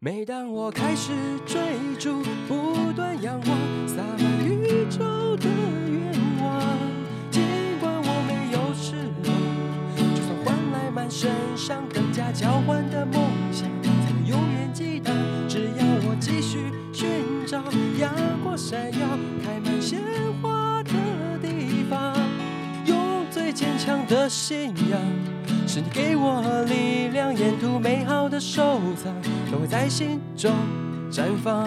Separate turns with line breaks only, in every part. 每当我开始追逐，不断仰望，洒满宇宙的愿望。尽管我没有翅膀，就算换来满身伤，更加交换的梦想，才能永远记得。只要我继续寻找，阳光闪耀，开满鲜花的地方，用最坚强的信仰。是你给我力量，沿途美好的收藏都会在心中绽放。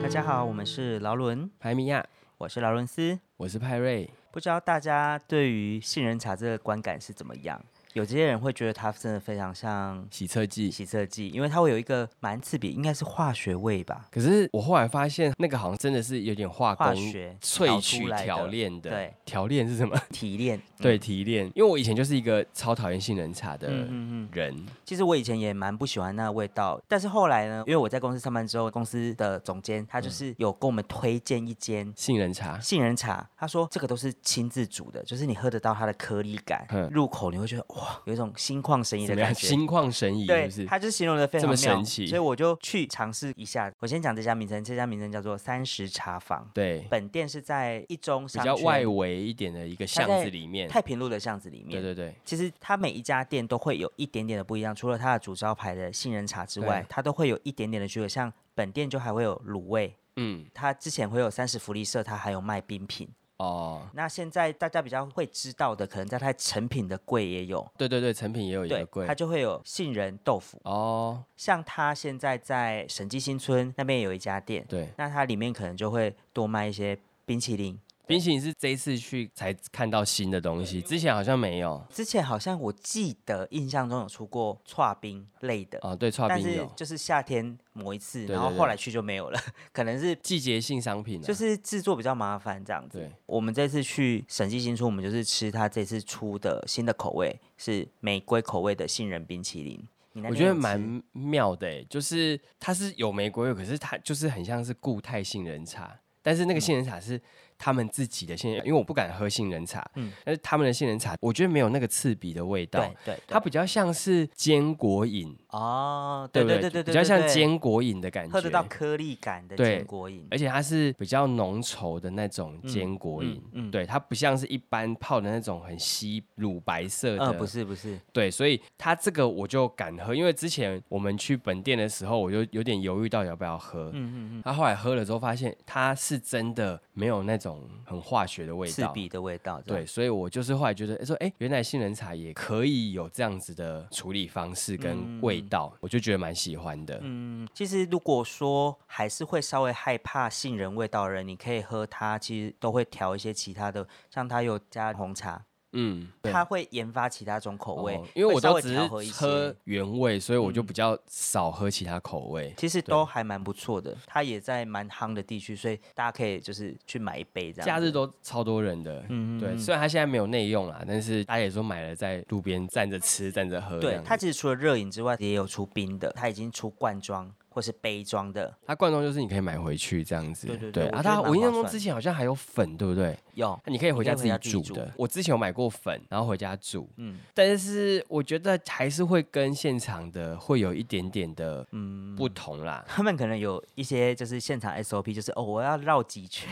大家好，我们是劳伦，
排米亚，
我是劳伦斯。
我是派瑞。
不知道大家对于杏仁茶这个观感是怎么样？有些人会觉得它真的非常像
洗车剂。
洗色剂，因为它会有一个蛮刺鼻，应该是化学味吧？
可是我后来发现，那个好像真的是有点化工
化学
萃取
调出来的
调炼的。
对，
调炼是什么？
提炼。嗯
对，提炼。因为我以前就是一个超讨厌杏仁茶的
嗯嗯嗯，
人，
其实我以前也蛮不喜欢那个味道，但是后来呢，因为我在公司上班之后，公司的总监他
嗯
就是有跟我们推荐一间
杏仁茶。
杏仁茶，他说这个都是亲自煮的，就是你喝得到它的颗粒感
嗯，
入口你会觉得哇，有一种心旷神怡
怎
的
么样？
感觉。
心旷神怡是
对
不，是？
他就形容的非常
这么
妙，
神奇
所以我就去尝试一下。我先讲这家名称，这家名称叫做三十茶坊，
对，
本店是在一中
比
商
较
圈
外围一点的一个巷
在
子里面。
太平路的巷子里
对
面。
对对，
其实它每一家店都会有一点点的不一样，除了它的主招牌的杏仁茶之外
对，
它都会有一点点的区别。像本店就还会有卤味，
嗯，
它之前会有三十福利社，它还有卖冰品。
哦，
那现在大家比较会知道的，可能在它成品的柜也有，
对对对，成品也有一个
对
柜，
它。就会有杏仁豆腐。
哦，
像它现在在审计新村那边有一家店，
对，
那它里面可能就会多卖一些冰淇淋。
冰淇淋是这一次去才看到新的东西，之前好像没有。
之前好像我记得印象中有出过串冰类的，
哦，对，串
但
冰
是
有
就是夏天磨一次，
对
然后
对
后
对
来去就没有了，可能是
季节性商品、啊，
就是制作比较麻烦这样子。
对
我们这次去审计新出，我们就是吃它这次出的新的口味是玫瑰口味的杏仁冰淇淋。你那
我
天
觉得
有吃
蛮妙的、欸，就是它是有玫瑰味，可是它就是很像是固态杏仁茶，但是那
嗯
个杏仁茶是他们自己的杏仁，因为我不敢喝杏仁茶，
嗯
但是他们的杏仁茶，我觉得没有那个刺鼻的味道
对，对
它
对
比较像是坚果饮，
哦，对
不
对对对对，
比较像
对
坚果饮的感觉，
喝得到颗粒感的
对哎
坚果饮，
而且它是比较浓稠的那种坚果饮，
嗯嗯嗯
对，它不像是一般泡的那种很稀乳白色的，
嗯，不是不是，
对，所以它这个我就敢喝，因为之前我们去本店的时候，我就有点犹豫到底要不要喝。
嗯嗯
他后来喝了之后，发现它是真的没有那种很化学的
嗯，
味
刺
道。
鼻的味道，这样
对，，所以我就是后来觉得，诶说哎，原来杏仁茶也可以有这样子的处理方式跟味道，我就觉得蛮喜欢的。
嗯，其实如果说还是会稍微害怕杏仁味道的人，你可以喝它，其实都会调一些其他的，像它有加红茶，
嗯，对
它会研发其他种口味，
哦因为我
会稍
都
微
只
调和一
是
些嗯
喝。原味，所以我就比较少喝其他口味。
其实都还蛮不错的，它也在蛮夯的地区，所以大家可以就是去买一杯这样子。
假日都超多人的，
嗯
对，虽然它现在没有内用啦，但是大家也说买了在路边站着吃、站着喝这
对
样子。
它其实除了热饮之外，也有出冰的，它已经出罐装或是杯装的，
它罐装就是你可以买回去这样子。
对对对我
啊，
觉得
它
蛮
我印象
划
中
算
之前好像还有粉，对不对？
有
那你可以回家
你可以回家
己
自己
煮的
煮。
我之前有买过粉，然后回家煮，
嗯
但是我觉得还是会跟现场的会有一点点的
嗯，
不同啦。
他们可能有一些就是现场 SOP，就是哦，我要绕几圈，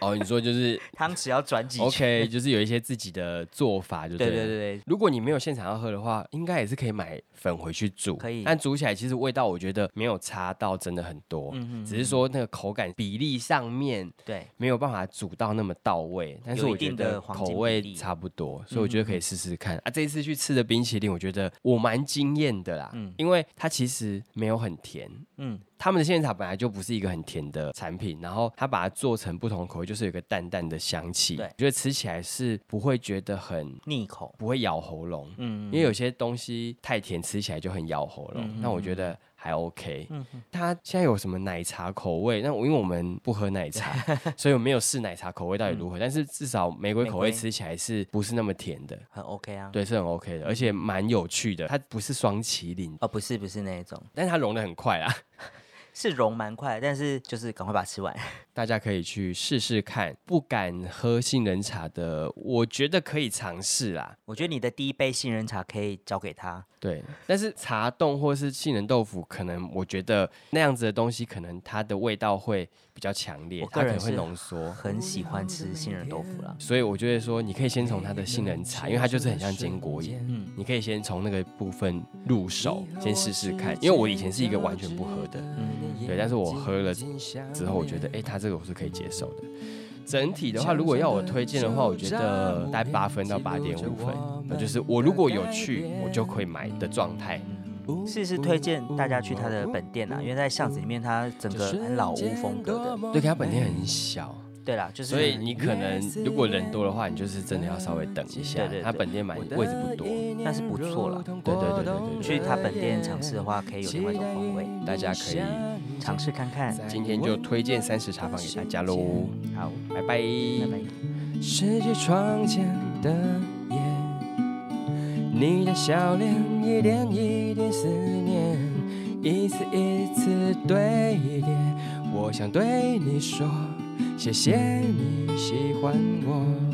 哦，你说就是
汤匙要转 几圈。
OK，就是有一些自己的做法，就
对
了
对对对，
如果你没有现场要喝的话，应该也是可以买粉回去煮，
可以
但煮起来其实味道我觉得没有差到真的很多，
嗯嗯
只是说那个口感比例上面
对，
没有办法煮到那么到位，但是
有一
我觉
定
得
的黄
口
金比
味
例
差不多，所以我觉得可以试试看、啊。这一次去吃的冰淇淋，我觉得我蛮惊艳的啦，
嗯
因为它其实没有很甜。
嗯，
他们的现场本来就不是一个很甜的产品，然后它把它做成不同口味，就是有一个淡淡的香气，
对
我觉得吃起来是不会觉得很
腻口，
不会咬喉咙，
嗯，
因
嗯
为有些东西太甜，吃起来就很咬喉咙。那我觉得还 OK。它现在有什么奶茶口味？那我因为我们不喝奶 茶，所以我没有试奶茶口味到底如何。但是至少玫瑰口
嗯玫
味
瑰
吃起来是不是那么甜的？
很 OK 啊。，
对，是很 OK 的，而且蛮有趣的。它不是双麒麟，
哦，不是不是那一种，
但是它融的很快啊。
是融蛮快，但是就是赶快把它吃完。
大家可以去试试看。不敢喝杏仁茶的，我觉得可以尝试啦。
我觉得你的第一杯杏仁茶可以交给他，
对，但是茶冻或是杏仁豆腐，可能我觉得那样子的东西，可能它的味道会比较强烈
我，个
它可
人
能会
是
浓缩。嗯
很喜欢吃杏仁豆腐啦。
所以我觉得说，你可以先从它的杏仁茶，因为它就是很像坚果饮，
嗯，
你可以先从那个部分入手，先试试看。因为我以前是一个完全不喝的，
嗯
对，但是我喝了之后，我觉得哎、诶它这个我是可以接受的。整体的话，如果要我推荐的话，我觉得大概八分到八点五分，那就是我如果有去，我就可以买的状态。
是是推荐大家去他的本店啊，因为在巷子里面，它整个很老屋风格的。
对，可它本店很小，
对啦，就是
所以你可能如果人多的话，你就是真的要稍微等一下
对对。对
它本店买位置不多，
但是不错啦。
对对对对对对
去他本店尝试的话，可以有另外一种风味，
大家可以
尝试看看。
今天就推荐三十茶坊给大家喽，
好，
拜拜。
拜拜。
拾起窗前的烟，你的笑脸一点一滴思念，一次一次堆叠。我想对你说，谢谢你喜欢我。